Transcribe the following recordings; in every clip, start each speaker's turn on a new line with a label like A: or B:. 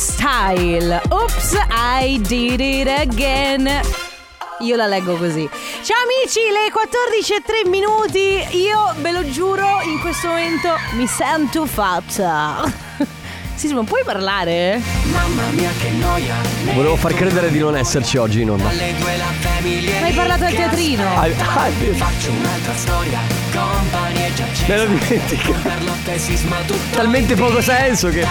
A: Style. Oops, I did it again. Io la leggo così. Ciao amici, le 14 e 3 minuti. Io ve lo giuro, in questo momento mi sento fatta. Sisma, puoi parlare?
B: Volevo far credere di non esserci oggi in onda.
A: Ma hai parlato al teatrino.
B: Ah, ah, è vero. Me lo dimentico. Talmente poco senso che.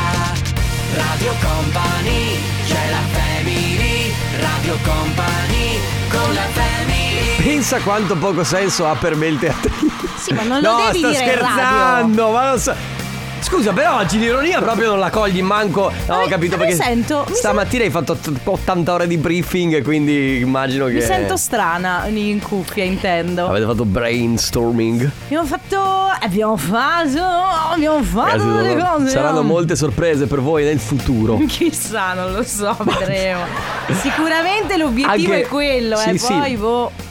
B: Pensa quanto poco senso ha per me il teatrino.
A: Sì, ma non lo
B: no,
A: devi
B: sto
A: dire in radio.
B: scherzando, ma non so. Scusa, però oggi l'ironia proprio non la cogli manco. No,
A: Ma
B: ho
A: mi-
B: capito
A: ma mi
B: perché.
A: sento- mi
B: stamattina hai fatto ott- 80 ore di briefing, quindi immagino che.
A: Mi sento strana in cuffia, intendo.
B: Avete fatto brainstorming.
A: Abbiamo fatto. Abbiamo fatto. Abbiamo fatto
B: Ragazzi,
A: delle
B: sono-
A: cose.
B: saranno
A: no?
B: molte sorprese per voi nel futuro.
A: Chissà, non lo so, vedremo. Sicuramente l'obiettivo
B: Anche-
A: è quello, eh.
B: sì, sì.
A: Poi boh.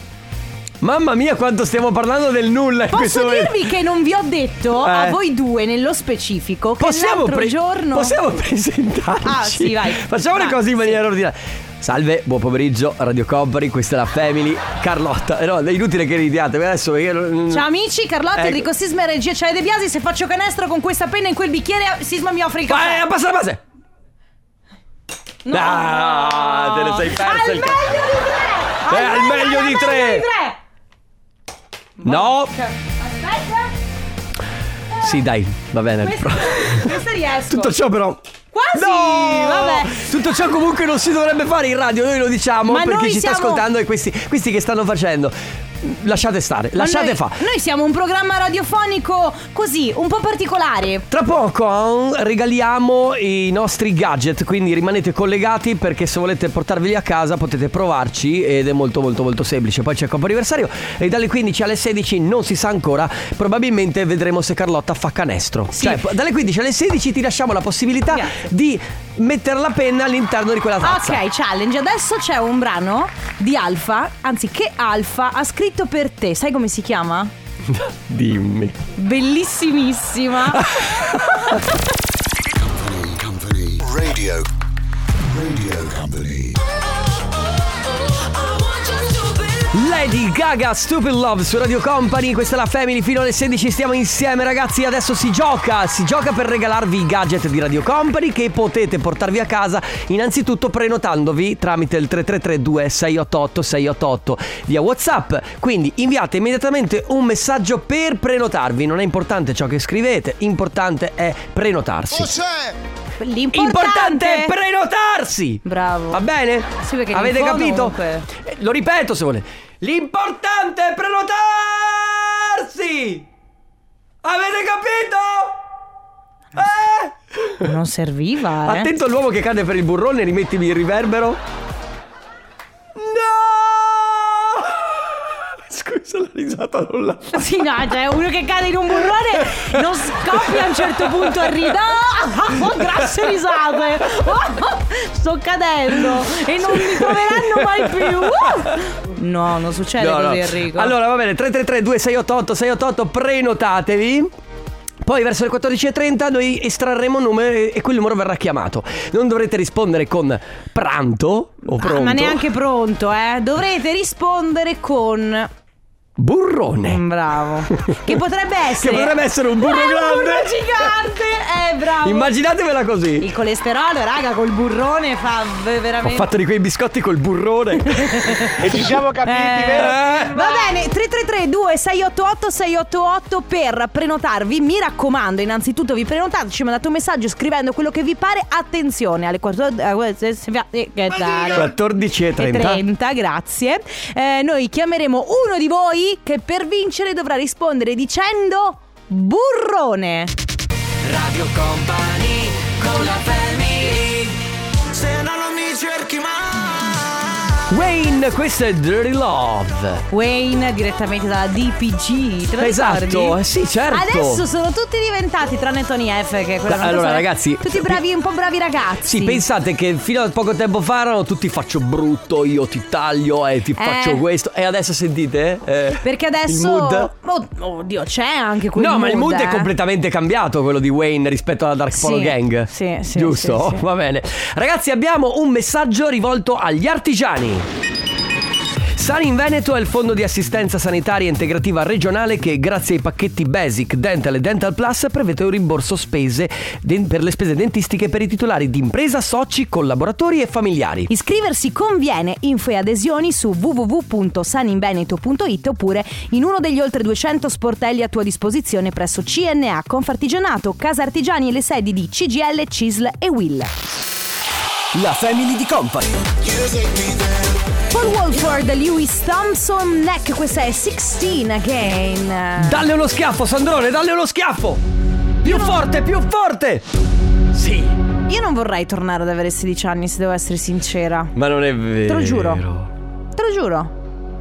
B: Mamma mia, quanto stiamo parlando del nulla in questo
A: Posso
B: momento.
A: dirvi che non vi ho detto
B: Eh.
A: a voi due nello specifico che
B: Possiamo,
A: l'altro
B: pre-
A: giorno
B: possiamo presentarci.
A: Ah, sì, vai.
B: Facciamo le
A: Vai,
B: cose in
A: sì.
B: maniera ordinata. Salve, buon pomeriggio, Radio Company, questa è la Family, Carlotta. Eh No, è inutile che ridiate, ma adesso perché non-
A: Ciao amici, Carlotta,
B: Ecco.
A: Enrico Sisma e regia Cioè De Biasi, se faccio canestro con questa penna in quel bicchiere Sisma mi offre il
B: Vai,
A: caffè.
B: eh, abbassa la base.
A: No.
B: Ah, te ne sei perso
A: Al
B: il
A: meglio
B: caffè.
A: di tre.
B: Eh, al meglio di
A: meglio di
B: tre.
A: tre. Cioè,
B: No.
A: Aspetta,
B: Sì, dai, va bene.
A: questa, questa riesco.
B: Tutto ciò però
A: Quasi,
B: No!
A: vabbè.
B: Tutto ciò comunque non si dovrebbe fare in radio, noi lo diciamo
A: Ma
B: per chi
A: noi
B: ci sta
A: siamo-
B: ascoltando e questi, questi che stanno facendo. Lasciate stare,
A: Ma
B: lasciate
A: noi,
B: fare.
A: Noi siamo un programma radiofonico così, un po' particolare.
B: Tra poco eh, regaliamo i nostri gadget, quindi rimanete collegati perché se volete portarveli a casa potete provarci ed è molto molto molto semplice. Poi c'è il anniversario e dalle 15 alle 16 non si sa ancora, probabilmente vedremo se Carlotta fa canestro. Cioè p- dalle 15 alle 16 ti lasciamo la possibilità
A: Grazie.
B: di mettere la penna all'interno di quella tazza.
A: Ok, challenge. Adesso c'è un brano di Alfa, anzi che Alfa ha scritto per te. Sai come si chiama?
B: Dimmi.
A: Bellissimissima.
C: Radio. Radio Company.
B: Lady Gaga Stupid Love su Radio Company, questa è la Family, fino alle 16 stiamo insieme ragazzi, adesso si gioca, si gioca per regalarvi i gadget di Radio Company che potete portarvi a casa innanzitutto prenotandovi tramite il 3332 688 688 via Whatsapp, quindi inviate immediatamente un messaggio per prenotarvi, non è importante ciò che scrivete, importante è prenotarsi. Importante è
A: L'importante
B: prenotarsi!
A: Bravo.
B: Va bene?
A: Sì, perché in
B: Avete
A: fondo
B: capito?
A: comunque-
B: Eh, Lo ripeto se volete. L'importante è prenotarsi! Avete capito? Eh?
A: Non serviva, eh.
B: Attento all'uomo che cade per il burrone, rimettimi il riverbero. No! Scusa, la risata non la fa.
A: Sì, no, cioè uno che cade in un burrone non scoppia a un certo punto e ride. Ah, oh, grasse risate. Oh, oh, sto cadendo e non mi troveranno mai più. Uh. No, non succede
B: No,
A: così,
B: no.
A: Enrico.
B: Allora, va bene, 333 2688 688 prenotatevi. Poi verso le 14.30 noi estrarremo un numero e e quel numero verrà chiamato. Non dovrete rispondere con pranto o
A: Ah,
B: pronto.
A: ma neanche pronto, eh. Dovrete rispondere con
B: burrone.
A: Mm. bravo. Che potrebbe essere
B: Che potrebbe essere un burro
A: Eh,
B: grande.
A: burro gigante. Eh, bravo.
B: Immaginatevela così.
A: il colesterolo, raga, col burrone fa ve-
B: Ho
A: veramente
B: fatto di quei biscotti col burrone.
D: E ci siamo capiti,
A: Eh,
B: vero?
A: Va bene, 333-2688-688 per prenotarvi. Mi raccomando, innanzitutto vi prenotate, ci mandate un messaggio scrivendo quello che vi pare. Attenzione alle eh, 14.30.
B: 14.30.
A: 30, grazie. Eh, noi chiameremo uno di voi che per vincere dovrà rispondere dicendo burrone.
B: Radio Company con la Se no non mi cerchi mai. Wayne, questo è Dirty Love.
A: Wayne direttamente dalla DPG. Te lo
B: Esatto,
A: ricordi?
B: eh, sì, certo.
A: Adesso sono tutti diventati, tranne Tony F. Che è quella
B: Beh,
A: una
B: allora,
A: persona-
B: ragazzi,
A: Tutti bravi, un po' bravi ragazzi.
B: Sì, pensate che fino a poco tempo fa erano tutti faccio brutto, io ti taglio e ti faccio questo. E adesso sentite? eh,
A: Eh. Perché
B: Il
A: adesso.
B: mood.
A: Oh, oddio, c'è anche quel
B: No, ma il mood è
A: eh.
B: completamente cambiato quello di Wayne rispetto alla Dark
A: Sì,
B: Polo Gang.
A: sì, sì,
B: Giusto?
A: sì, sì.
B: Va bene. Ragazzi, abbiamo un messaggio rivolto agli artigiani. Sani in Veneto è il fondo di assistenza sanitaria integrativa regionale che grazie ai pacchetti Basic, Dental e Dental Plus prevede un rimborso spese den- per le spese dentistiche per i titolari di impresa, soci, collaboratori e familiari.
A: Iscriversi conviene, info e adesioni su www.saninveneto.it oppure in uno degli oltre 200 sportelli a tua disposizione presso CNA, Confartigianato, Casa Artigiani e le sedi di CGL, CISL e WILL.
B: La Family di Company.
A: Paul Walford, Lewis Thompson, Neck, questa è 16 again.
B: Dalle uno schiaffo, Sandrone, dalle uno schiaffo! Più forte, più forte! Sì.
A: Io non vorrei tornare ad avere 16 anni, se devo essere sincera.
B: Ma non è vero.
A: Te lo giuro. Te lo giuro.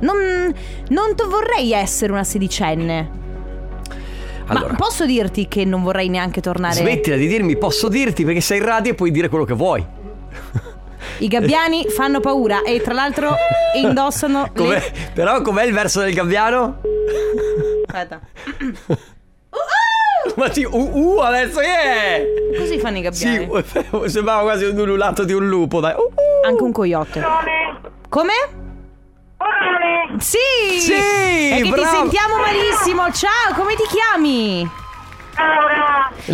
A: Non, non to- vorrei essere una sedicenne.
B: Allora,
A: Ma posso dirti che non vorrei neanche tornare.
B: smettila di dirmi, posso dirti perché sei in radio e puoi dire quello che vuoi.
A: I gabbiani fanno paura e tra l'altro indossano le-
B: Com'è- Però com'è il verso del gabbiano?
A: Aspetta.
B: Ma ti uh, uh adesso yeah!
A: Così fanno i
B: Sì,
A: gabbiani.
B: sembrava quasi un ululato di un lupo, dai. Uh, uh.
A: Anche un coyote. Come? Sì!
B: Sì,
A: È che
B: bravo.
A: ti sentiamo malissimo. Ciao, come ti chiami?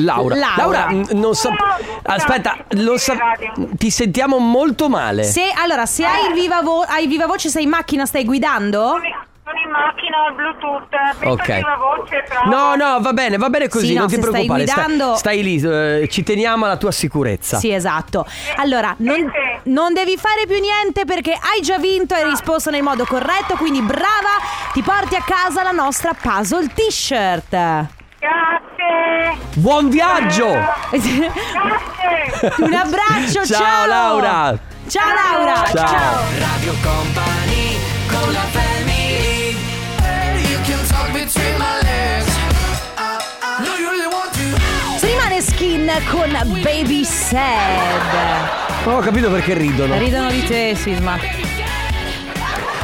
B: Laura.
A: Laura.
B: n- non so Aspetta, lo sa- ti sentiamo molto male.
A: Se, allora, se hai il viva, vo- hai il viva voce, sei in macchina, stai guidando?
D: Sono in macchina ho il Bluetooth, penso
B: Ok.
D: che la voce però
B: No, no, va bene, va bene così,
A: Sì, no,
B: non ti
A: se stai
B: preoccupare. sta-
A: guidando-
B: stai lì, eh, ci teniamo alla tua sicurezza.
A: Sì, esatto. Allora, non,
D: sì.
A: non devi fare più niente perché hai già vinto e hai risposto nel modo corretto, quindi brava, ti porti a casa la nostra puzzle t-shirt.
D: Grazie,
B: Buon viaggio!
D: grazie.
A: Un abbraccio, ciao!
B: Ciao, Laura.
A: Ciao Laura!
B: Ciao.
E: Radio Company con la family. You can talk between my legs. No, you really want to.
A: Si rimane skin con Baby Sad.
B: Non ho capito perché ridono.
A: Ridono di te, Sisma.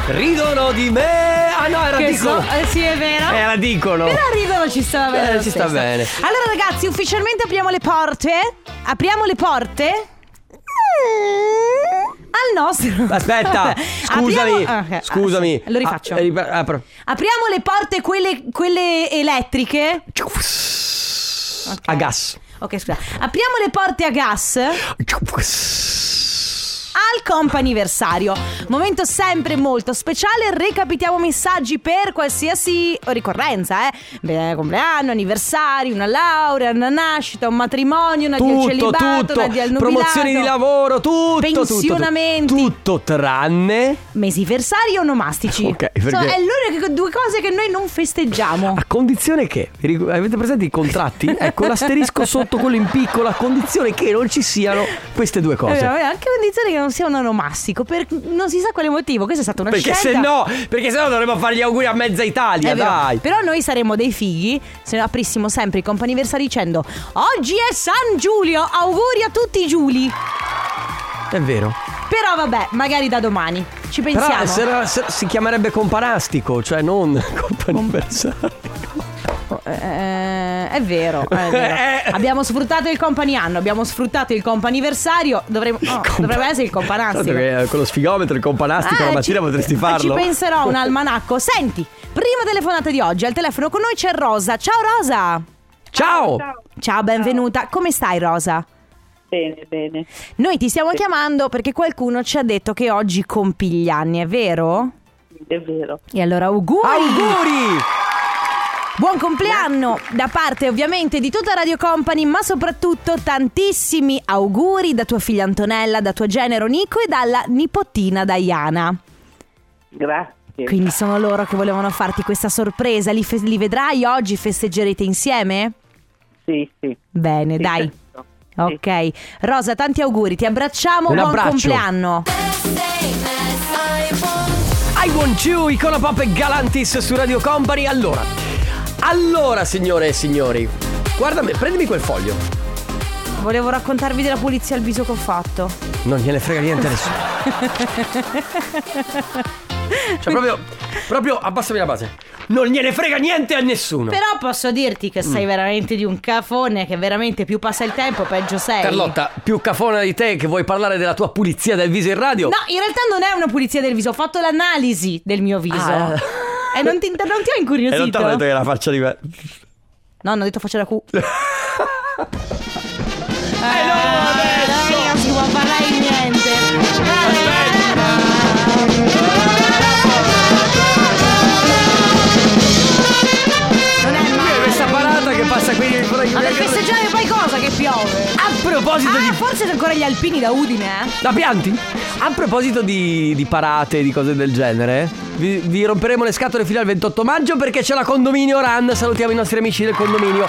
B: Ridono di me! Ah no, era
A: Che
B: dicono.
A: so- eh, sì, è vero.
B: Era dicono.
A: Però arrivano ci sta bene.
B: Eh,
A: lo
B: ci sta
A: stesso.
B: bene.
A: Allora, ragazzi, ufficialmente apriamo le porte. Apriamo le porte. Al nostro.
B: Aspetta,
A: Apriamo-
B: scusami.
A: ah, ok, ah,
B: Scusami.
A: sì, Lo rifaccio.
B: Ah, eh, ripar- apro.
A: Apriamo le porte, quelle, quelle elettriche.
B: A gas.
A: Ok, scusa. Apriamo le porte a gas al comp'anniversario. Momento sempre molto speciale. Recapitiamo messaggi per qualsiasi ricorrenza, eh. Beh, compleanno, anniversario, una laurea, una nascita, un matrimonio, una di al
B: Tutto,
A: celibato,
B: tutto.
A: una di al nubilato.
B: Promozioni di lavoro, tutto. tutto, tutto.
A: Pensionamenti.
B: Tutto tranne.
A: Mesiversario o nomastico.
B: Ok, perché-
A: Sono- è l'unica due cose che noi non festeggiamo.
B: A condizione che, vi ric- avete presente i contratti? Ecco l'asterisco sotto quello in piccolo, a condizione che non ci siano queste due
A: È
B: cose.
A: vero, è Eh, anche condizione che non sia un onomastico, per non si sa quale motivo. Questa è stata una
B: Perché se
A: scelta.
B: no, perché se no dovremmo fare gli auguri a mezza Italia,
A: È vero.
B: dai.
A: Però noi saremmo dei fighi se aprissimo sempre i comp'anniversari dicendo Oggi è San Giulio, auguri a tutti i Giuli
B: È vero.
A: Però vabbè, magari da domani, ci
B: Però
A: pensiamo
B: se era- se- si chiamerebbe companastico, cioè non companiversario.
A: Oh, Eh, È vero, è vero.
B: Eh.
A: Abbiamo sfruttato il comp'annianno, abbiamo sfruttato il comp'anniversario Dovremmo, no, Oh, dovrebbe essere il
B: Tanto
A: comp'anastico
B: che eh, con lo sfigometro, il companastico,
A: Ah,
B: la mattina
A: ci-
B: potresti farlo.
A: Ci penserò un almanacco Senti, prima telefonata di oggi al telefono con noi c'è Rosa Ciao Rosa
B: Ciao!
A: Ciao, benvenuta. Come stai, Rosa?
F: Bene, bene.
A: Noi ti stiamo chiamando perché qualcuno ci ha detto che oggi compi gli anni, è vero?
F: È vero.
A: E allora auguri!
F: Ah!
B: Auguri!
A: Buon compleanno da parte ovviamente di tutta Radio Company, ma soprattutto tantissimi auguri da tua figlia Antonella, da tuo genero Nico e dalla nipotina Diana.
F: Grazie.
A: Quindi sono loro che volevano farti questa sorpresa, li, fe- li vedrai oggi, festeggerete insieme?
F: Sì, sì.
A: Bene,
F: sì,
A: Eh, dai.
F: certo. Sì.
A: Ok, Rosa, tanti auguri, ti abbracciamo,
B: Un
A: buon
B: abbraccio.
A: compleanno.
G: Same as I'm
B: con Ciu, Icona Pop e Galantis su Radio Company. Allora, allora signore e signori, guarda me, prendimi quel foglio.
A: Volevo raccontarvi della pulizia al viso che ho fatto.
B: Non gliene frega niente a nessuno. Cioè proprio, proprio abbassami la base. Non gliene frega niente a nessuno.
A: Però posso dirti che
B: Mm.
A: sei veramente di un cafone, che veramente più passa il tempo peggio sei.
B: Carlotta, più cafona di te che vuoi parlare della tua pulizia del viso in radio.
A: No, in realtà non è una pulizia del viso, ho fatto l'analisi del mio viso.
B: Ah.
A: E non ti, non ti ho
B: E non
A: incuriosito.
B: ti ho detto che la faccia di me.
A: No, non ho detto faccia da cu. eh no,
B: adesso!
A: Non si può parlare di niente. Non è male.
B: Questa parata che passa qui in
A: Ma per festeggiare poi cosa che piove?
B: A proposito
A: Ah,
B: di
A: forse ancora gli alpini da Udine, eh?
B: La pianti? A proposito di, di parate, di cose del genere, vi, vi romperemo le scatole fino al 28 maggio perché c'è la condominio run. Salutiamo i nostri amici del condominio.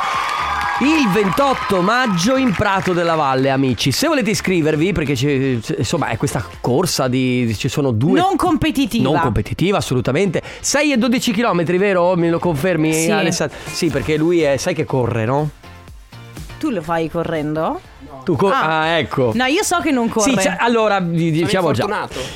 B: Il 28 maggio in Prato della Valle, amici. Se volete iscrivervi, perché c'è, insomma è questa corsa di. ci sono due.
A: Non competitiva.
B: Non competitiva, assolutamente. 6 e 12 km, vero? Me lo confermi,
A: Sì.
B: Alessandro? Sì, perché lui è. sai che corre, no?
A: tu lo fai correndo?
B: Tu cor-
A: Ah.
B: ah. ecco.
A: No, io so che non corre.
B: Sì, c'è- allora vi diciamo già.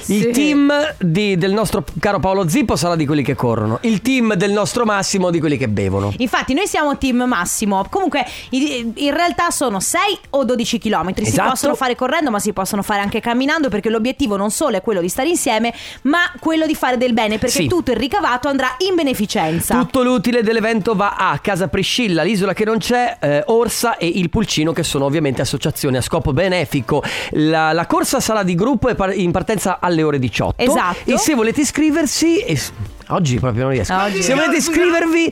B: Il
A: Sì.
B: team di- del nostro caro Paolo Zippo sarà di quelli che corrono. Il team del nostro Massimo di quelli che bevono.
A: Infatti, noi siamo team massimo. Comunque, i- in realtà sono 6 o 12 km. Si
B: Esatto.
A: possono fare correndo, ma si possono fare anche camminando. Perché l'obiettivo non solo è quello di stare insieme, ma quello di fare del bene. Perché
B: Sì.
A: tutto il ricavato andrà in beneficenza.
B: Tutto l'utile dell'evento va a Casa Priscilla, l'isola che non c'è, eh, Orsa e il Pulcino che sono ovviamente associazioni a scopo benefico. La, la corsa sarà di gruppo e par- in partenza alle ore 18.
A: Esatto.
B: E se volete iscriversi... e s- Oggi proprio non riesco.
A: Oggi.
B: Se volete iscrivervi,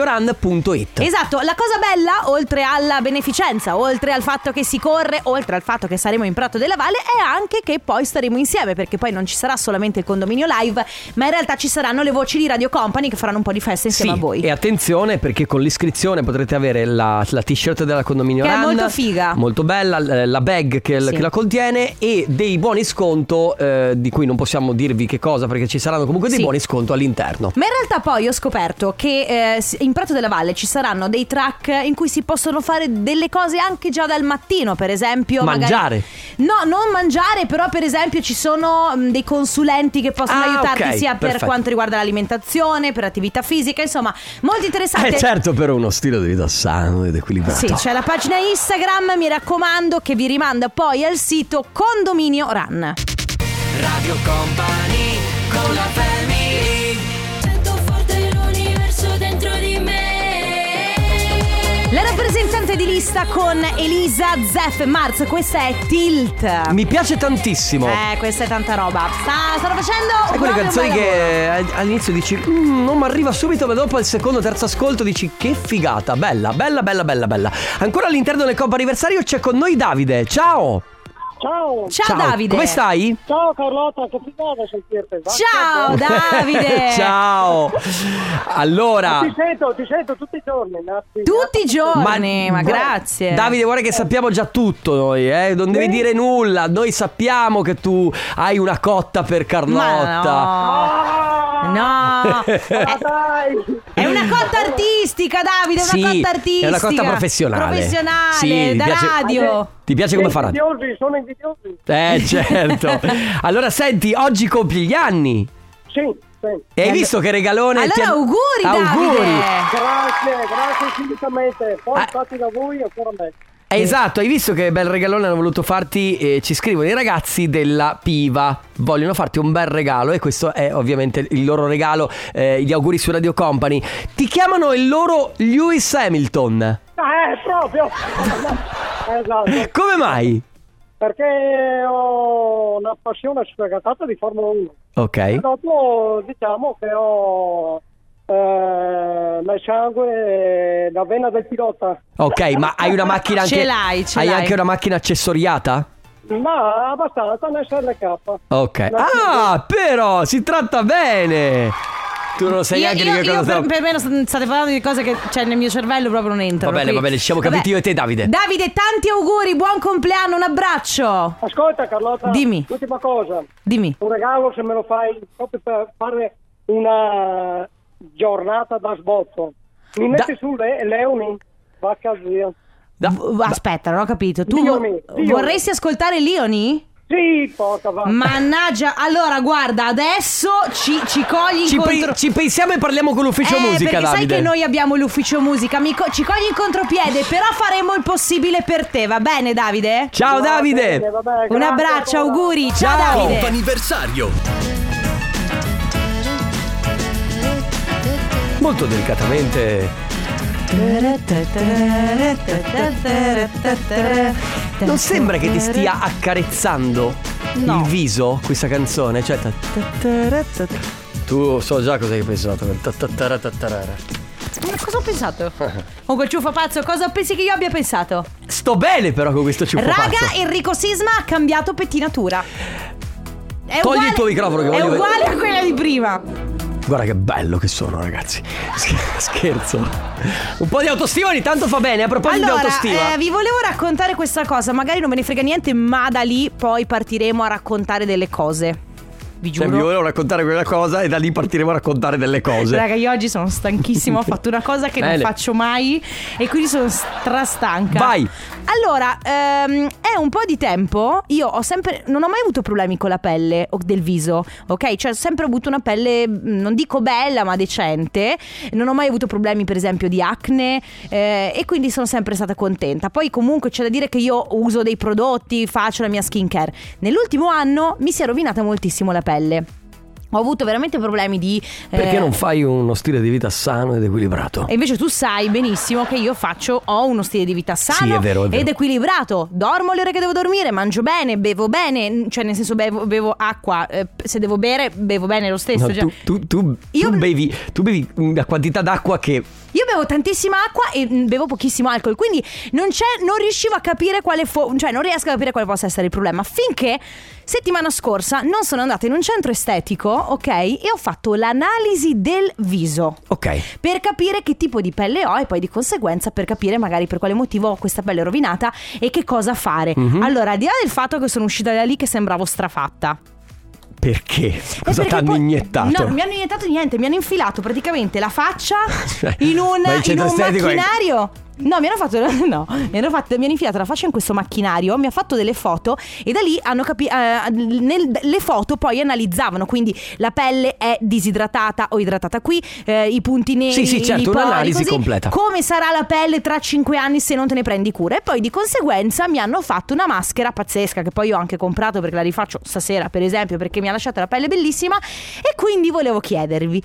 B: condominiorun.it.
A: Esatto, la cosa bella, oltre alla beneficenza, oltre al fatto che si corre, oltre al fatto che saremo in Prato della Valle, è anche che poi staremo insieme, perché poi non ci sarà solamente il condominio live, ma in realtà ci saranno le voci di Radio Company che faranno un po' di festa insieme
B: Sì,
A: a voi.
B: E attenzione perché con l'iscrizione potrete avere la, la t-shirt della condominio
A: Che è
B: Run,
A: molto figa.
B: Molto bella, l- la bag che,
A: Sì.
B: che la contiene e dei buoni sconto eh, di cui non possiamo dirvi che cosa perché ci saranno comunque dei
A: Sì.
B: buoni sconto all'interno.
A: Ma in realtà poi ho scoperto che eh, s- in Prato della Valle ci saranno dei track in cui si possono fare delle cose anche già dal mattino, per esempio magari-
B: Mangiare.
A: No, non mangiare, però per esempio ci sono mh, dei consulenti che possono
B: Ah,
A: aiutarti
B: ok,
A: sia per
B: perfetto.
A: quanto riguarda l'alimentazione, per attività fisica, insomma, molto interessante.
B: certo per uno stile di vita sano ed equilibrato.
A: Ah, Sì, certo. c'è la pagina Instagram, mi raccomando, che vi rimanda poi al sito Condominio Run.
E: Radio Company con la family.
G: Sento forte l'universo dentro di me.
A: La rappresentante di lista con Elisa Zeff e Marz, questa è Tilt.
B: Mi piace tantissimo.
A: Eh, questa è tanta roba. Sta, stanno facendo
B: Boh. Sai
A: proprio
B: quelle canzoni
A: un bel lavoro.
B: che eh, all'inizio dici "Mm, non mi arriva subito, ma dopo al secondo terzo ascolto dici che figata, bella, bella, bella, bella, bella. Ancora all'interno del Coppa Anniversario c'è con noi Davide. Ciao!
F: Ciao,
A: Ciao, Davide.
B: Come stai?
F: ciao Carlotta, che figata sentirti. Va,
A: Ciao
F: che
A: Davide.
B: Ciao! Allora,
F: bello. Ti sento, ti sento tutti i giorni. Natti.
A: Tutti i giorni, ma, grazie.
B: Davide, guarda che sappiamo già tutto noi, eh? Non devi dire nulla. Noi sappiamo che tu hai una cotta per Carlotta.
A: Ma no. No.
F: Ma
B: Eh.
A: È,
F: Ah. dai!
A: è una cotta artistica, Davide, è una
B: Sì,
A: cotta artistica.
B: è una cotta professionale.
A: Professionale,
B: Sì, mi
A: da
B: piace-
A: radio.
B: Ti piace come farà?
F: Invidiosi, sono invidiosi.
B: Eh, certo. Allora, senti, oggi compi gli anni.
F: Sì, sì.
B: E hai visto che regalone ti
A: Allora
B: ha-
A: auguri,
B: Auguri.
A: Davide.
F: Grazie, grazie infinitamente. Poi
B: Ah.
F: fatti da voi ancora meglio.
B: Eh, Esatto, hai visto che bel regalone hanno voluto farti? eh, ci scrivono i ragazzi della Piva. Vogliono farti un bel regalo e questo è ovviamente il loro regalo. eh, gli auguri su Radio Company. Ti chiamano il loro Lewis Hamilton.
F: Eh, proprio. esatto.
B: Come mai?
F: Perché ho una passione sfegatata di Formula 1.
B: Ok.
F: E dopo diciamo che ho eh, nel sangue la vena del pilota.
B: Ok, ma hai una macchina anche.
A: Ce l'hai, ce
B: Hai
A: l'hai.
B: anche una macchina accessoriata?
F: Ma abbastanza nel SLK.
B: Ok.
F: La-
B: Ah, però si tratta bene. Tu non sai
A: Io,
B: neanche
A: io-
B: di che
A: io
B: cosa
A: per,
B: stavo-
A: per me non state parlando di cose che cioè, nel mio cervello proprio non entrano.
B: Va bene,
A: qui.
B: va bene, ci siamo capiti io e te, Davide.
A: Davide, tanti auguri, buon compleanno, un abbraccio.
F: Ascolta Carlotta,
A: Dimmi.
F: l'ultima cosa,
A: Dimmi.
F: un regalo se me lo fai proprio per fare una giornata da sbotto. Mi
B: Da-
F: metti su le- Leoni, vacca zia.
B: Da-
A: V- Aspetta, non ho capito. Tu
F: Digliami,
A: vo-
F: digliami.
A: vorresti ascoltare Lioni?
F: Sì, porca vacca.
A: Mannaggia, allora guarda, adesso ci, ci cogli
B: Ci, pe-
A: incontro.
B: ci pensiamo e parliamo con l'ufficio
A: Eh,
B: musica,
A: perché sai
B: Davide.
A: che noi abbiamo l'ufficio musica, mi co- ci cogli in contropiede, però faremo il possibile per te, va bene Davide?
B: Ciao, Davide.
F: Bene, vabbè,
A: Un
F: Eh, grazie
A: abbraccio,
F: ancora.
A: auguri, ciao,
B: Ciao.
A: Davide.
E: Anniversario
B: Molto delicatamente. Non sembra che ti stia accarezzando
A: No.
B: il viso questa canzone? Cioè. ta- Tu so già cosa hai pensato. Ta- ta- tara- ta- tarara.
A: Ma cosa ho pensato? Con quel ciuffo pazzo, cosa pensi che io abbia pensato?
B: Sto bene però con questo ciuffo
A: Raga,
B: pazzo.
A: Enrico Sisma ha cambiato pettinatura. È
B: Togli il tuo microfono che
A: È
B: voglio vedere.
A: uguale a quella di prima.
B: Guarda che bello che sono, ragazzi. Sch- Scherzo. Un po' di autostima ogni tanto fa bene. A proposito di
A: Allora,
B: autostima.
A: eh, vi volevo raccontare questa cosa. Magari non me ne frega niente, ma da lì poi partiremo a raccontare delle cose. Vi
B: Cioè,
A: giuro.
B: vi volevo raccontare quella cosa e da lì partiremo a raccontare delle cose.
A: Raga, io oggi sono stanchissima, ho fatto una cosa che non
B: Bene.
A: faccio mai e quindi sono strastanca.
B: Vai.
A: Allora, ehm, è un po' di tempo, io ho sempre, non ho mai avuto problemi con la pelle o del viso, ok? Cioè ho sempre avuto una pelle, mh, non dico bella, ma decente, non ho mai avuto problemi per esempio di acne eh, e quindi sono sempre stata contenta. Poi comunque c'è da dire che io uso dei prodotti, faccio la mia skincare. Nell'ultimo anno mi si è rovinata moltissimo la pelle. Ho avuto veramente problemi di...
B: Perché
A: eh,
B: non fai uno stile di vita sano ed equilibrato?
A: e invece tu sai benissimo che io faccio, ho uno stile di vita sano
B: Sì, è vero, è vero.
A: ed equilibrato. Dormo le ore che devo dormire, mangio bene, bevo bene, n- cioè nel senso bevo, bevo acqua, eh, se devo bere bevo bene lo stesso.
B: No,
A: cioè-
B: tu, tu- tu-
A: Io-
B: tu bevi, tu bevi una quantità d'acqua che
A: Io bevo tantissima acqua e mm, bevo pochissimo alcol, quindi non, c'è, non riuscivo a capire quale fo- cioè non riesco a capire quale possa essere il problema. Finché settimana scorsa non sono andata in un centro estetico, ok, e ho fatto l'analisi del viso.
B: Ok.
A: per capire che tipo di pelle ho e poi di conseguenza per capire magari per quale motivo ho questa pelle rovinata e che cosa fare.
B: Mhm.
A: Allora, al di là del fatto che sono uscita da lì che sembravo strafatta.
B: Perché?
A: E
B: Cosa
A: Eh, perché
B: ti hanno
A: poi-
B: iniettato?
A: No, non mi hanno iniettato niente, mi hanno infilato praticamente la faccia
B: Cioè,
A: in un,
B: ma il
A: in
B: centro
A: un
B: estetico è-
A: macchinario. No, mi hanno fatto. No, mi hanno, fatto, mi hanno infilato la faccia in questo macchinario, mi ha fatto delle foto e da lì hanno capito. le foto poi analizzavano. Quindi la pelle è disidratata o idratata qui, eh, i punti neri.
B: Sì, sì, certo,
A: i pori,
B: un'analisi
A: così.
B: completa.
A: Come sarà la pelle tra 5 anni se non te ne prendi cura? E poi di conseguenza mi hanno fatto una maschera pazzesca, che poi ho anche comprato perché la rifaccio stasera, per esempio, perché mi ha lasciato la pelle bellissima. E quindi volevo chiedervi,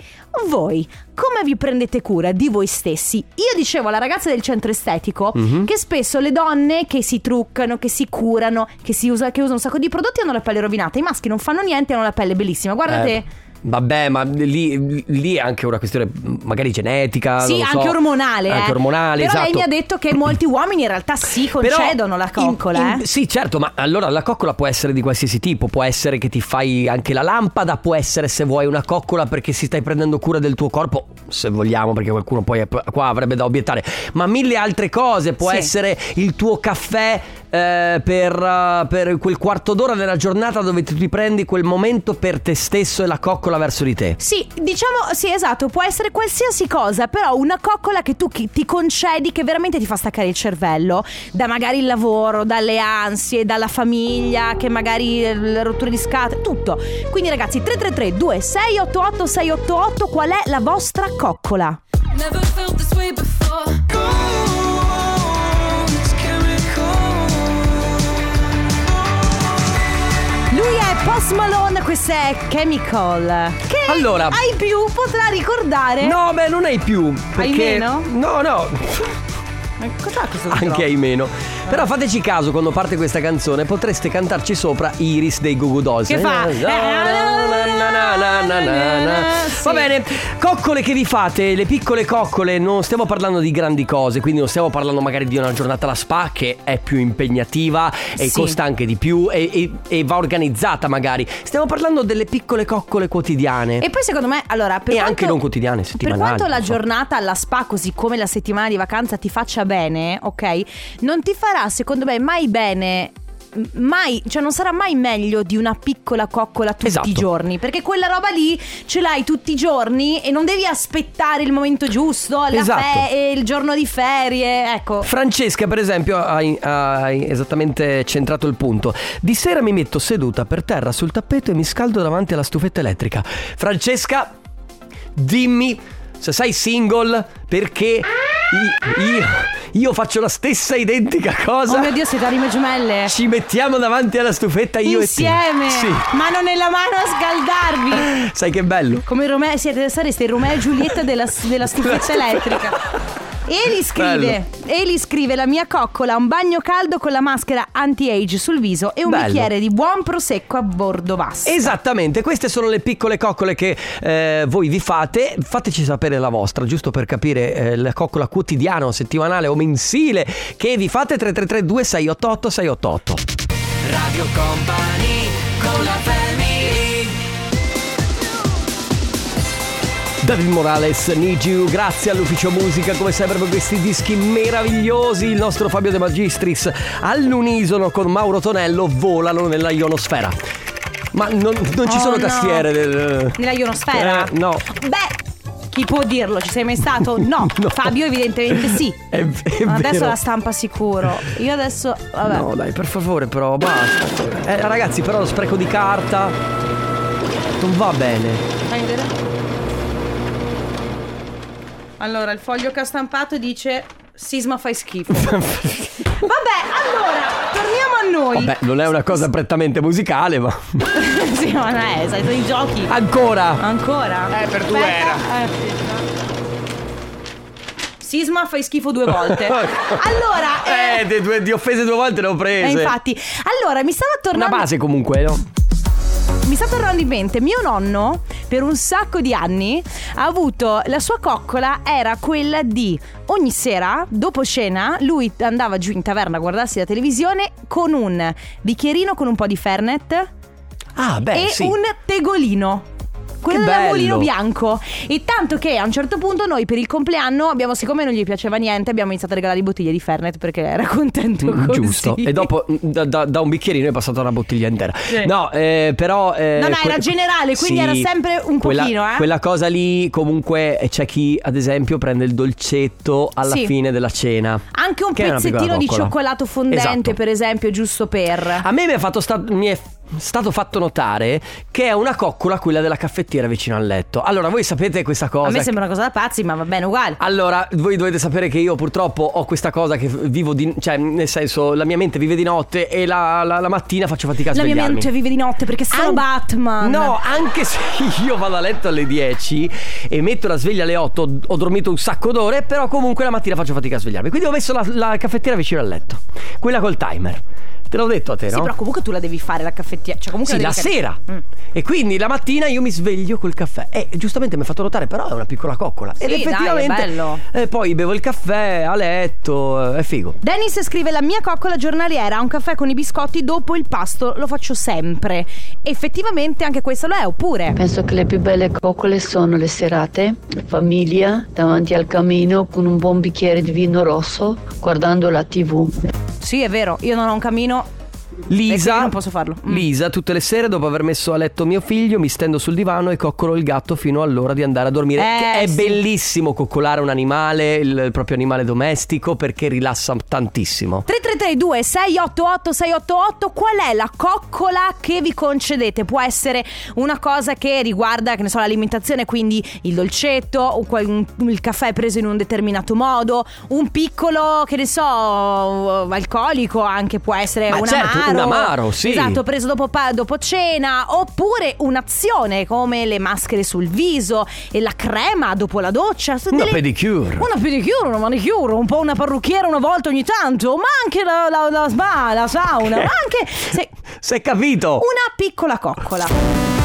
A: voi come vi prendete cura di voi stessi? Io dicevo alla ragazza del centro estetico
B: Mhm.
A: che spesso le donne che si truccano, che si curano, che, si usa- che usano un sacco di prodotti hanno la pelle rovinata. I maschi non fanno niente e hanno la pelle bellissima. Guardate.
B: Eh, Vabbè, ma lì, lì è anche una questione magari genetica.
A: Sì,
B: Ah, non lo so.
A: anche ormonale.
B: Anche
A: eh.
B: ormonale,
A: Però lei
B: esatto.
A: mi ha detto che molti uomini in realtà si
B: Però
A: concedono la
B: in-
A: coccola.
B: in-
A: eh.
B: Sì, certo, ma allora la coccola può essere di qualsiasi tipo, può essere che ti fai anche la lampada, può essere se vuoi una coccola perché si stai prendendo cura del tuo corpo, se vogliamo, perché qualcuno poi è- qua avrebbe da obiettare, ma mille altre cose, può
A: Sì.
B: essere il tuo caffè eh, per, eh, per quel quarto d'ora della giornata dove tu ti prendi quel momento per te stesso e la coccola verso di te.
A: Sì, diciamo, sì, esatto, può essere qualsiasi cosa, però una coccola che tu chi- ti concedi che veramente ti fa staccare il cervello, da magari il lavoro, dalle ansie, dalla famiglia, che magari eh, le rotture di scatole, tutto. Quindi ragazzi, 333 2688 688 qual è la vostra coccola?
G: Never felt this way before.
A: Lui è Post Malone, questo è Chemical. Che
B: Allora.
A: ai più potrà ricordare.
B: No, beh, non hai più. Perché...
A: meno?
B: No, no,
A: Ma Cos'è questo?
B: anche
A: troppo?
B: hai meno. Però fateci caso quando parte questa canzone, potreste cantarci sopra Iris dei Goo Goo Dolls.
A: Che fa?
B: Va bene, coccole che vi fate, le piccole coccole, non stiamo parlando di grandi cose, quindi non stiamo parlando magari di una giornata alla spa che è più impegnativa e
A: Sì.
B: costa anche di più e, e- e va organizzata magari. Stiamo parlando delle piccole coccole quotidiane.
A: E poi secondo me, allora, per
B: E
A: quanto,
B: anche non quotidiane, settimanali,
A: Per quanto la
B: non so.
A: giornata alla spa, così come la settimana di vacanza ti faccia bene, ok? Non ti farà, secondo me, mai bene. m- Mai, cioè non sarà mai meglio di una piccola coccola tutti
B: Esatto.
A: i giorni Perché quella roba lì ce l'hai tutti i giorni E non devi aspettare il momento giusto la
B: Esatto.
A: fe- e il giorno di ferie Ecco
B: Francesca, per esempio, ha, ha esattamente centrato il punto. Di sera mi metto seduta per terra sul tappeto e mi scaldo davanti alla stufetta elettrica. Francesca, dimmi se sei single perché i- io, io faccio la stessa identica cosa.
A: Oh mio Dio siete anime gemelle
B: Ci mettiamo davanti alla stufetta io
A: Insieme
B: e te. Sì.
A: Mano nella mano a scaldarvi
B: Sai che bello.
A: Come Romeo, siete, sareste il Romeo e Giulietta della, della stufetta elettrica. Eli scrive, Eli scrive la mia coccola, un bagno caldo con la maschera anti-age sul viso e un
B: Bello.
A: bicchiere di buon prosecco a bordo basta.
B: Esattamente, queste sono le piccole coccole che eh, voi vi fate. Fateci sapere la vostra, giusto per capire eh, la coccola quotidiana, o settimanale o mensile che vi fate 333 2688 688.
E: Radio Company con la family
B: David Morales, Need You, grazie all'ufficio musica come sempre per questi dischi meravigliosi. Il nostro Fabio De Magistris all'unisono con Mauro Tonello volano nella ionosfera. Ma non, non ci
A: Oh,
B: sono
A: no.
B: tastiere del...
A: Nella ionosfera?
B: Eh, no.
A: Beh, chi può dirlo? Ci sei mai stato? No.
B: No.
A: Fabio evidentemente sì.
B: È- è
A: Ma adesso
B: vero.
A: la stampa sicuro. Io adesso... Vabbè.
B: No, dai, per favore, però, basta. Eh, ragazzi, però lo spreco di carta non va bene.
A: Fai vedere. Allora, il foglio che ha stampato dice Sisma fai schifo. Vabbè, allora, torniamo a noi.
B: Vabbè, Oh, non è una cosa prettamente musicale, ma.
A: sì, ma non è, sai, sono i giochi.
B: Ancora!
A: Ancora? Eh, per due era. Sisma fai schifo due volte. allora, eh,
B: Eh, di, due- di offese due volte le ho
A: eh,
B: prese.
A: infatti, allora mi stava
B: Una
A: tornando
B: base comunque, no?
A: Mi sta tornando in mente, mio nonno per un sacco di anni ha avuto la sua coccola era quella di ogni sera dopo cena lui andava giù in taverna a guardarsi la televisione con un bicchierino con un po' di fernet
B: Ah, beh,
A: e
B: sì.
A: un tegolino. Quello
B: Che
A: del
B: bello.
A: mulino bianco. E tanto che a un certo punto noi per il compleanno abbiamo, siccome non gli piaceva niente, abbiamo iniziato a regalare bottiglie di Fernet perché era contento
B: Mm,
A: così.
B: Giusto. E dopo mm, da, da- da un bicchierino è passata una bottiglia intera.
A: Sì.
B: No, eh, però. eh,
A: No, no, era generale, quindi era sempre un
B: quella,
A: pochino, eh.
B: Quella cosa lì, comunque, eh, c'è chi, ad esempio, prende il dolcetto alla
A: Sì.
B: fine della cena.
A: Anche un
B: Che è una piccola
A: pezzettino di
B: coccola.
A: cioccolato fondente,
B: Esatto.
A: per esempio, giusto per.
B: A me mi è, fatto sta- mi è stato fatto notare che è una coccola quella della caffettiera vicino al letto. Allora, voi sapete questa cosa?
A: A me
B: che-
A: sembra una cosa da pazzi, ma va bene uguale.
B: Allora, voi dovete sapere che io purtroppo ho questa cosa che vivo di... Cioè, nel senso, la mia mente vive di notte e la, la- la mattina faccio fatica a
A: La mia
B: svegliarmi.
A: mente vive di notte perché sono
B: An-
A: Batman.
B: No, anche se io vado a letto alle 10 e metto la sveglia alle 8, ho- ho dormito un sacco d'ore, però comunque la mattina faccio fatica a svegliarmi. Quindi ho messo la, la caffettiera vicino al letto, quella col timer. Te l'ho detto a te,
A: Sì,
B: no?
A: però comunque tu la devi fare la caffettiera. Cioè, comunque
B: Sì, la
A: devi fare-
B: sera.
A: Mm.
B: E quindi la mattina io mi sveglio col caffè. E giustamente mi ha fatto notare, però è una piccola coccola. Ed
A: Sì, dai, è
B: effettivamente.
A: bello.
B: eh, poi bevo il caffè a letto, eh, è figo.
A: Dennis scrive la mia coccola giornaliera, un caffè con i biscotti dopo il pasto, lo faccio sempre. Effettivamente anche questo lo è, oppure?
H: Penso che le più belle coccole sono le serate, in famiglia, davanti al camino con un buon bicchiere di vino rosso, guardando la TV.
A: Sì, è vero, io non ho un camino.
B: Lisa.
A: quindi non posso farlo. Mm.
B: Lisa, tutte le sere, dopo aver messo a letto mio figlio, mi stendo sul divano e coccolo il gatto fino all'ora di andare a dormire.
A: Eh,
B: Che è
A: sì.
B: bellissimo coccolare un animale, il, il proprio animale domestico, perché rilassa tantissimo.
A: 3332 688 688 qual è la coccola che vi concedete? Può essere una cosa che riguarda, che ne so, l'alimentazione, quindi il dolcetto, o quel- un- il caffè preso in un determinato modo, un piccolo, che ne so, alcolico anche può essere
B: Ma
A: un
B: certo, Un amaro, sì.
A: Esatto, preso dopo, pa- dopo cena. Oppure un'azione come le maschere sul viso e la crema dopo la doccia. Sono
B: Una
A: delle-
B: pedicure.
A: Una pedicure, una manicure, un po' una parrucchiera una volta ogni tanto. Ma anche la, la, la spa, la sauna. Ma anche se-
B: Sei capito?
A: una piccola coccola.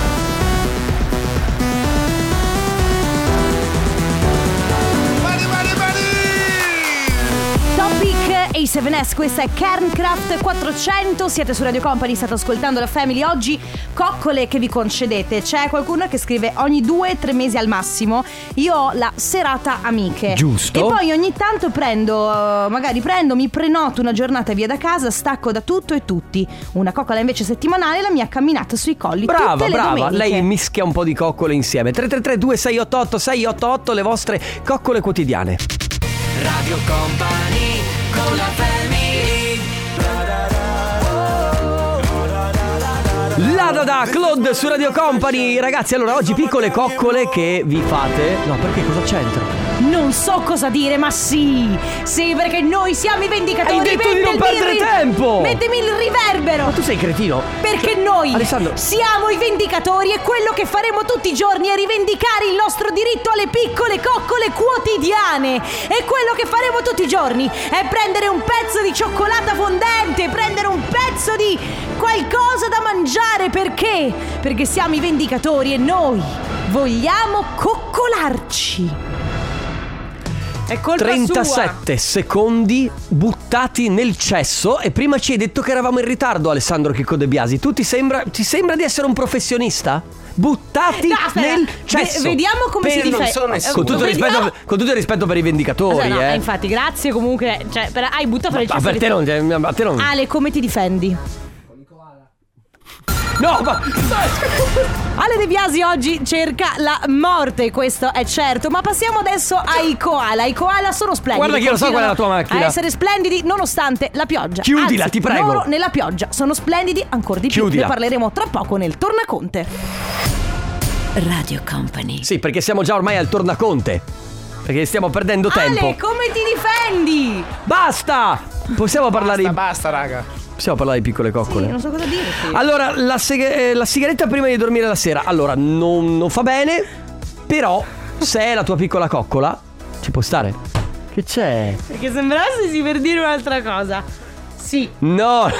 A: Topic e i 7S, questa è Kerncraft 400, siete su Radio Company, state ascoltando la Family oggi, coccole che vi concedete, c'è qualcuno che scrive ogni 2-3 mesi al massimo, io ho la serata amiche.
B: Giusto.
A: E poi ogni tanto prendo, eh, magari prendo, mi prenoto una giornata via da casa, stacco da tutto e tutti. Una coccola invece settimanale, è la mia camminata sui colli.
B: Brava,
A: tutte le
B: brava.
A: domeniche.
B: Lei mischia un po' di coccole insieme. 333 2688 688 le vostre coccole quotidiane.
E: Radio Company con la family
B: La da da Claude su Radio Company. Ragazzi, allora oggi piccole coccole che vi fate. No, perché cosa c'entra?
A: Non so cosa dire, ma sì! Sì, perché noi siamo i vendicatori.
B: Hai detto di
A: Metti
B: non
A: il
B: perdere tempo!
A: Mettimi il riverbero!
B: Ma tu sei cretino?
A: Perché noi
B: Alessandro.
A: siamo i vendicatori e quello che faremo tutti i giorni è rivendicare il nostro diritto alle piccole coccole quotidiane. E quello che faremo tutti i giorni è prendere un pezzo di cioccolata fondente, prendere un pezzo di qualcosa da mangiare. Perché? Perché siamo i vendicatori e noi vogliamo coccolarci. È colpa
B: 37 secondi buttati nel cesso e prima ci hai detto che eravamo in ritardo Alessandro Chicco De Biasi. Tu ti sembra, ti sembra di essere un professionista? Buttati
A: Eh, No, aspetta.
B: nel
A: Ve-
B: cesso.
A: vediamo come si
B: non
A: dife-
B: sono nessuno. Con tutto, il
A: Vediamo-
B: rispetto, con tutto il rispetto per i vendicatori,
A: Cioè, no,
B: eh.
A: infatti, grazie comunque. Cioè, per- hai buttato le
B: Ma
A: ceste
B: per te non, a te non-
A: Ale, come ti difendi?
B: No, ma
A: Ale De Biasi oggi cerca la morte, questo è certo. Ma passiamo adesso ai koala. I koala sono splendidi.
B: Guarda che io lo so qual è la tua
A: continuano
B: macchina.
A: A essere splendidi nonostante la pioggia.
B: Chiudila,
A: Anzi,
B: ti prego.
A: Loro nella pioggia sono splendidi ancora di più.
B: Chiudila.
A: Ne parleremo tra poco nel Tornaconte.
G: Radio Company.
B: sì, perché siamo già ormai al tornaconte. Perché stiamo perdendo tempo.
A: Ale, come ti difendi?
B: Basta! Possiamo parlare di
I: Basta, raga.
B: Possiamo parlare di piccole coccole.
A: Non so cosa dirti.
B: Allora, la, sig- eh, la sigaretta prima di dormire la sera. Allora, non, non fa bene, però se è la tua piccola coccola, ci può stare. Che c'è?
A: Perché sembrassi per dire un'altra cosa. Sì,
B: No!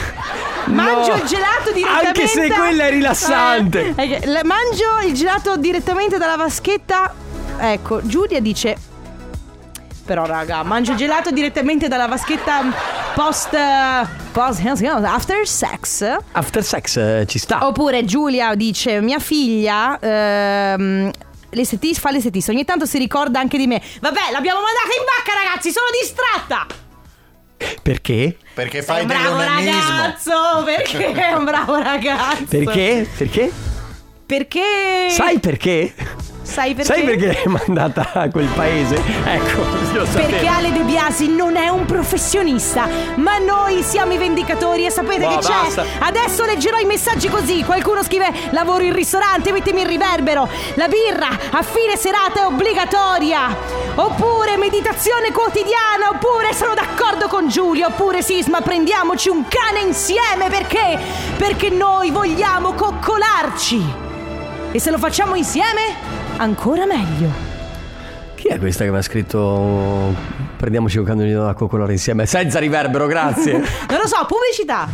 A: Mangio
B: No.
A: il gelato direttamente
B: Anche se quella è rilassante.
A: Eh, eh, la- Mangio il gelato direttamente dalla vaschetta Ecco, Giulia dice Però raga, mangio il gelato direttamente dalla vaschetta Post... eh, post after sex
B: After sex eh, ci sta.
A: Oppure Giulia dice Mia figlia ehm, l'estetista- fa l'estetista Ogni tanto si ricorda anche di me Vabbè, l'abbiamo mandata in vacca ragazzi Sono distratta
B: Perché?
I: Perché
A: È
I: fai
A: un bravo ragazzo Perché è un bravo ragazzo
B: Perché? Perché?
A: Perché?
B: Sai perché?
A: Sai perché?
B: Sai perché l'hai mandata a quel paese? Ecco, lo sapevo.
A: Perché Ale De Biasi non è un professionista, ma noi siamo i vendicatori e sapete
B: No,
A: che c'è?
B: basta.
A: Adesso leggerò i messaggi così. Qualcuno scrive lavoro in ristorante, mettimi il riverbero. La birra a fine serata è obbligatoria. Oppure meditazione quotidiana, oppure sono d'accordo con Giulio, oppure Sisma, prendiamoci un cane insieme perché? Perché noi vogliamo coccolarci. E se lo facciamo insieme, ancora meglio.
B: Chi è questa che mi ha scritto "Oh, prendiamoci un cannolino da coccolare insieme? Senza riverbero, grazie.
A: Non lo so, pubblicità.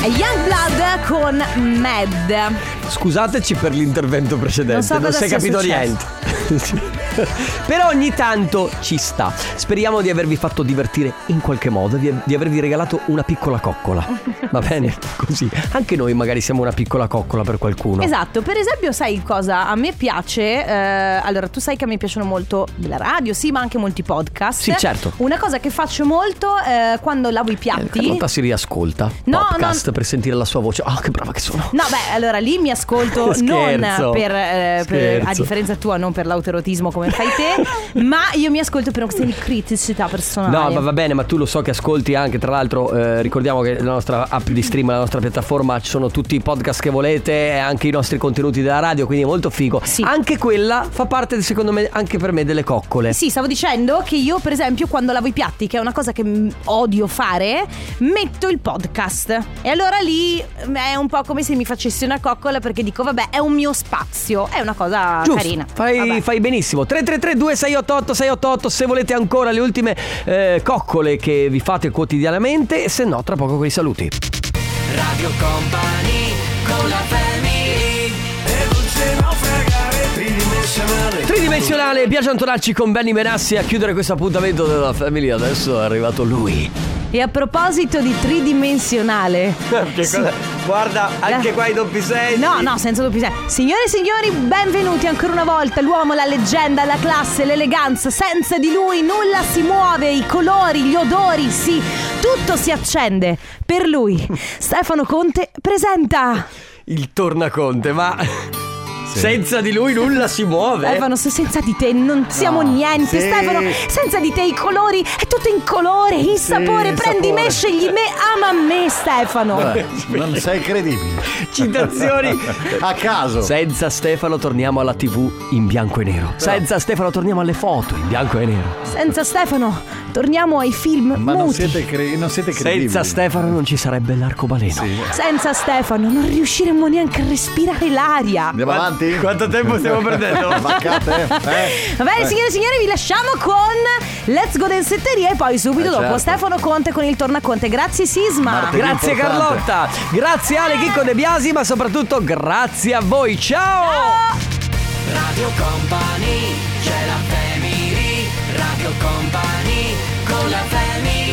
A: È Youngblood con Mad.
B: Scusateci per l'intervento precedente,
A: Non
B: non,
A: so cosa
B: si è
A: sia
B: capito
A: successo.
B: niente. Però ogni tanto ci sta. Speriamo di avervi fatto divertire in qualche modo, di, di avervi regalato una piccola coccola. Va bene? Così. Anche noi magari siamo una piccola coccola per qualcuno.
A: Esatto, per esempio, sai cosa a me piace? Eh, allora, tu sai che a me piacciono molto la radio, sì, ma anche molti podcast.
B: Sì, certo.
A: Una cosa che faccio molto eh, quando lavo i
B: Eh,
A: piatti.
B: Carlotta si riascolta
A: No,
B: podcast
A: no.
B: per sentire la sua voce. Ah, che brava che sono.
A: No, beh, allora lì mi ascolto non
B: Scherzo.
A: per, eh, per-
B: Scherzo.
A: a differenza tua, non per l'autoerotismo come come fai te, ma io mi ascolto per una questione di criticità personale.
B: No, ma va bene, ma tu lo so che ascolti anche, tra l'altro eh, ricordiamo che la nostra app di stream, la nostra piattaforma, ci sono tutti i podcast che volete e anche i nostri contenuti della radio, quindi è molto figo.
A: Sì.
B: Anche quella fa parte, secondo me, anche per me delle coccole.
A: Sì, stavo dicendo che io, per esempio, quando lavo i piatti, che è una cosa che mm, odio fare, metto il podcast. E allora lì mm, è un po' come se mi facessi una coccola perché dico, vabbè, è un mio spazio, è una cosa
B: Giusto,
A: Ah, carina.
B: Fai,
A: Vabbè.
B: fai benissimo. 3332 688 688 se volete ancora le ultime eh, coccole che vi fate quotidianamente, se no tra poco con i saluti.
E: Radio Company con la family E non ce la fregare tridimensionale
B: Tridimensionale, piace Antonacci con Benny Benassi a chiudere questo appuntamento della famiglia. Adesso è arrivato lui.
A: E a proposito di tridimensionale, Sì.
B: Guarda,
A: anche
B: qua i doppi sei.
A: Eh. No, no, senza dubbi. se- Signore e signori, benvenuti ancora una volta. L'uomo, la leggenda, la classe, l'eleganza. Senza di lui nulla si muove, i colori, gli odori, sì, tutto si accende. Per lui, Stefano Conte presenta.
B: Il tornaconte, ma senza di lui nulla si muove.
A: Stefano, se senza di te non siamo niente.
B: sì.
A: Stefano, senza di te i colori, è tutto in colore, il sapore.
I: il
A: Prendi me,
I: sapore.
A: scegli me, ama me, Stefano.
I: Non sei credibile.
B: Citazioni.
I: A caso.
B: Senza Stefano torniamo alla TV in bianco e nero. Senza Stefano torniamo alle foto in bianco e nero.
A: Senza Stefano, torniamo ai film
I: Ma
A: muti.
I: non siete, cre- non siete credibili.
B: Senza Stefano non ci sarebbe l'arcobaleno.
A: Senza Stefano non riusciremmo neanche a respirare l'aria.
I: Andiamo avanti?
B: Quanto tempo stiamo perdendo?
I: Vaccate? Eh?
A: Va bene, signore e signori, vi lasciamo con Let's Go Densetteria e poi subito
I: Eh,
A: dopo
I: certo.
A: Stefano Conte con il Tornaconte. Grazie Sisma.
I: Martedì.
B: Grazie
I: Importante.
B: Carlotta, grazie Ale Chicco De Biasi, ma soprattutto grazie a voi. Ciao!
E: Radio Company c'è la family Radio Company con la family